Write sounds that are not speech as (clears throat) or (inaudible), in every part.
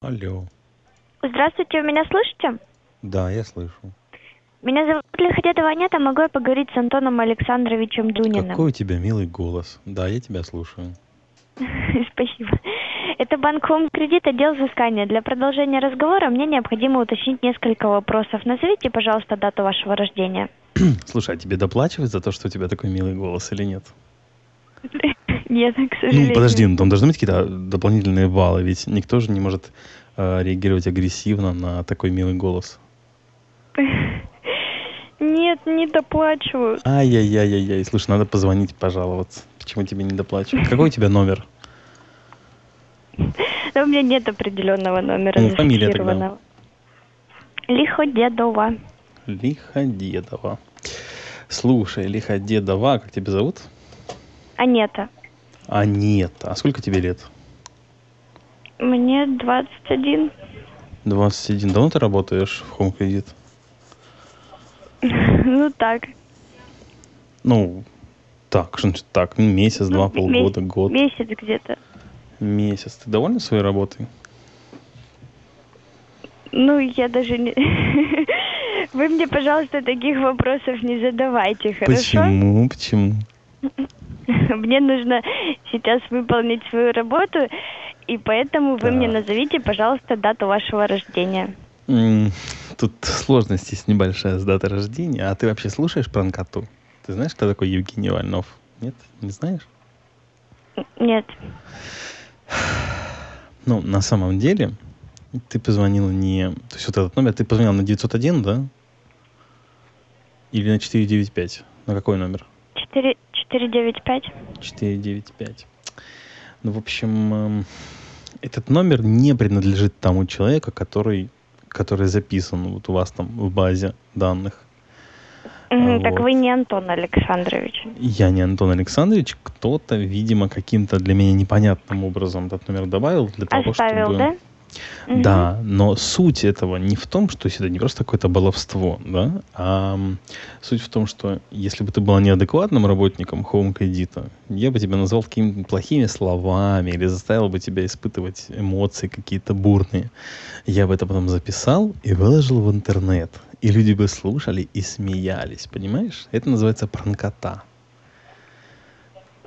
Алло. Здравствуйте, вы меня слышите? Да, я слышу. Меня зовут Лиходетова Анета, могу я поговорить с Антоном Александровичем Дуниным? Какой у тебя милый голос. Да, я тебя слушаю. (laughs) (clears throat) Спасибо. Это банк Хоум Кредит, отдел взыскания. Для продолжения разговора мне необходимо уточнить несколько вопросов. Назовите, пожалуйста, дату вашего рождения. Слушай, а тебе доплачивают за то, что у тебя такой милый голос или нет? Нет, к сожалению. Ну, подожди, ну там должны быть какие-то дополнительные баллы, ведь никто же не может э, реагировать агрессивно на такой милый голос. (laughs) Нет, не доплачивают. Ай-яй-яй-яй-яй, слушай, надо позвонить, пожаловаться. Почему тебе не доплачивают? Какой у тебя номер? Да у меня нет определенного номера Ну, фамилия тогда. зафиксированного. Лиходедова. Лиходедова. Слушай, Лиходедова, как тебя зовут? Анета. А нет, а сколько тебе лет? Мне 21. 21. Давно ты работаешь в Home Credit? (laughs) Ну так. Ну, так, что значит так, ну, месяц, Ну, два, м- полгода, год, Месяц где-то. месяц. Ты довольна своей работой? Ну, я даже не... (laughs) Вы мне, пожалуйста, таких вопросов не задавайте, хорошо? Почему? Почему? Мне нужно сейчас выполнить свою работу, и поэтому вы мне Так. назовите, пожалуйста, дату вашего рождения. М, Тут сложность есть небольшая с датой рождения. А ты вообще слушаешь пранкоту? Ты знаешь, кто такой Евгений Вольнов? Нет? Не знаешь? Нет. Ну, на самом деле, ты позвонила не... То есть вот этот номер, ты позвонила на 901, да? Или на 495? На какой номер? 4, 495? 495. Ну, в общем, эм, этот номер не принадлежит тому человеку, который, который записан вот у вас там в базе данных. Мгм, Так А Вот. вы не Антон Александрович. Я не Антон Александрович, кто-то, видимо, каким-то для меня непонятным образом этот номер добавил для того, Оставил, чтобы... да? Мгм. А Да, но суть этого не в том, что это не просто какое-то баловство, да, а м, суть в том, что если бы ты была неадекватным работником Home Кредита, я бы тебя назвал какими-то плохими словами или заставил бы тебя испытывать эмоции какие-то бурные. Я бы это потом записал и выложил в интернет. И люди бы слушали и смеялись, понимаешь? Это называется пранкота.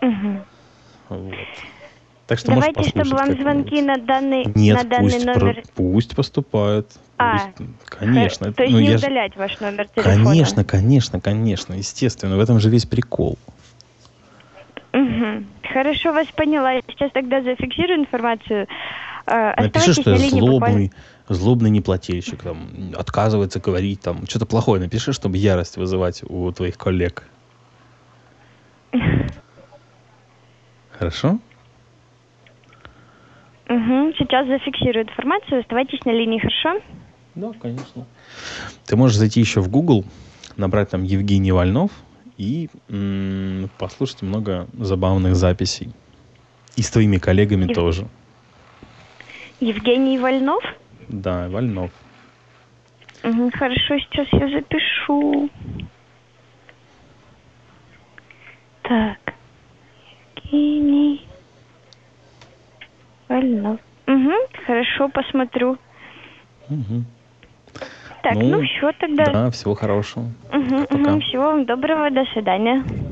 Мгм. Вот. Так что можешь Давайте, чтобы послушать вам как-нибудь. звонки на данный, Нет, на данный пусть, про- номер... пусть поступают. А, Пусть- конечно. То есть Ну, не я ж- удалять ваш номер телефона? Конечно, конечно, конечно, естественно. В этом же весь прикол. Мгм. Хорошо, вас поняла. Я сейчас тогда зафиксирую информацию. Э, Напиши, оставайтесь что на я линии буквально- злобный, злобный неплательщик, там, отказывается говорить, там, что-то плохое напиши, чтобы ярость вызывать у твоих (laughs) коллег. Хорошо? Мгм. Сейчас зафиксирую информацию. Оставайтесь на линии, хорошо? Да, конечно. Ты можешь зайти еще в Google, набрать там Евгений Вольнов и м, послушать много забавных записей. И с твоими коллегами Ев- тоже. Евгений Вольнов? Да, Вольнов. Мгм. Хорошо, сейчас я запишу. Так. Евгений Вольнов. Мгм. Хорошо, посмотрю. Мгм. Так, Ну, ну, все тогда. да, всего хорошего. Мгм, пока. мгм. Всего вам доброго, до свидания.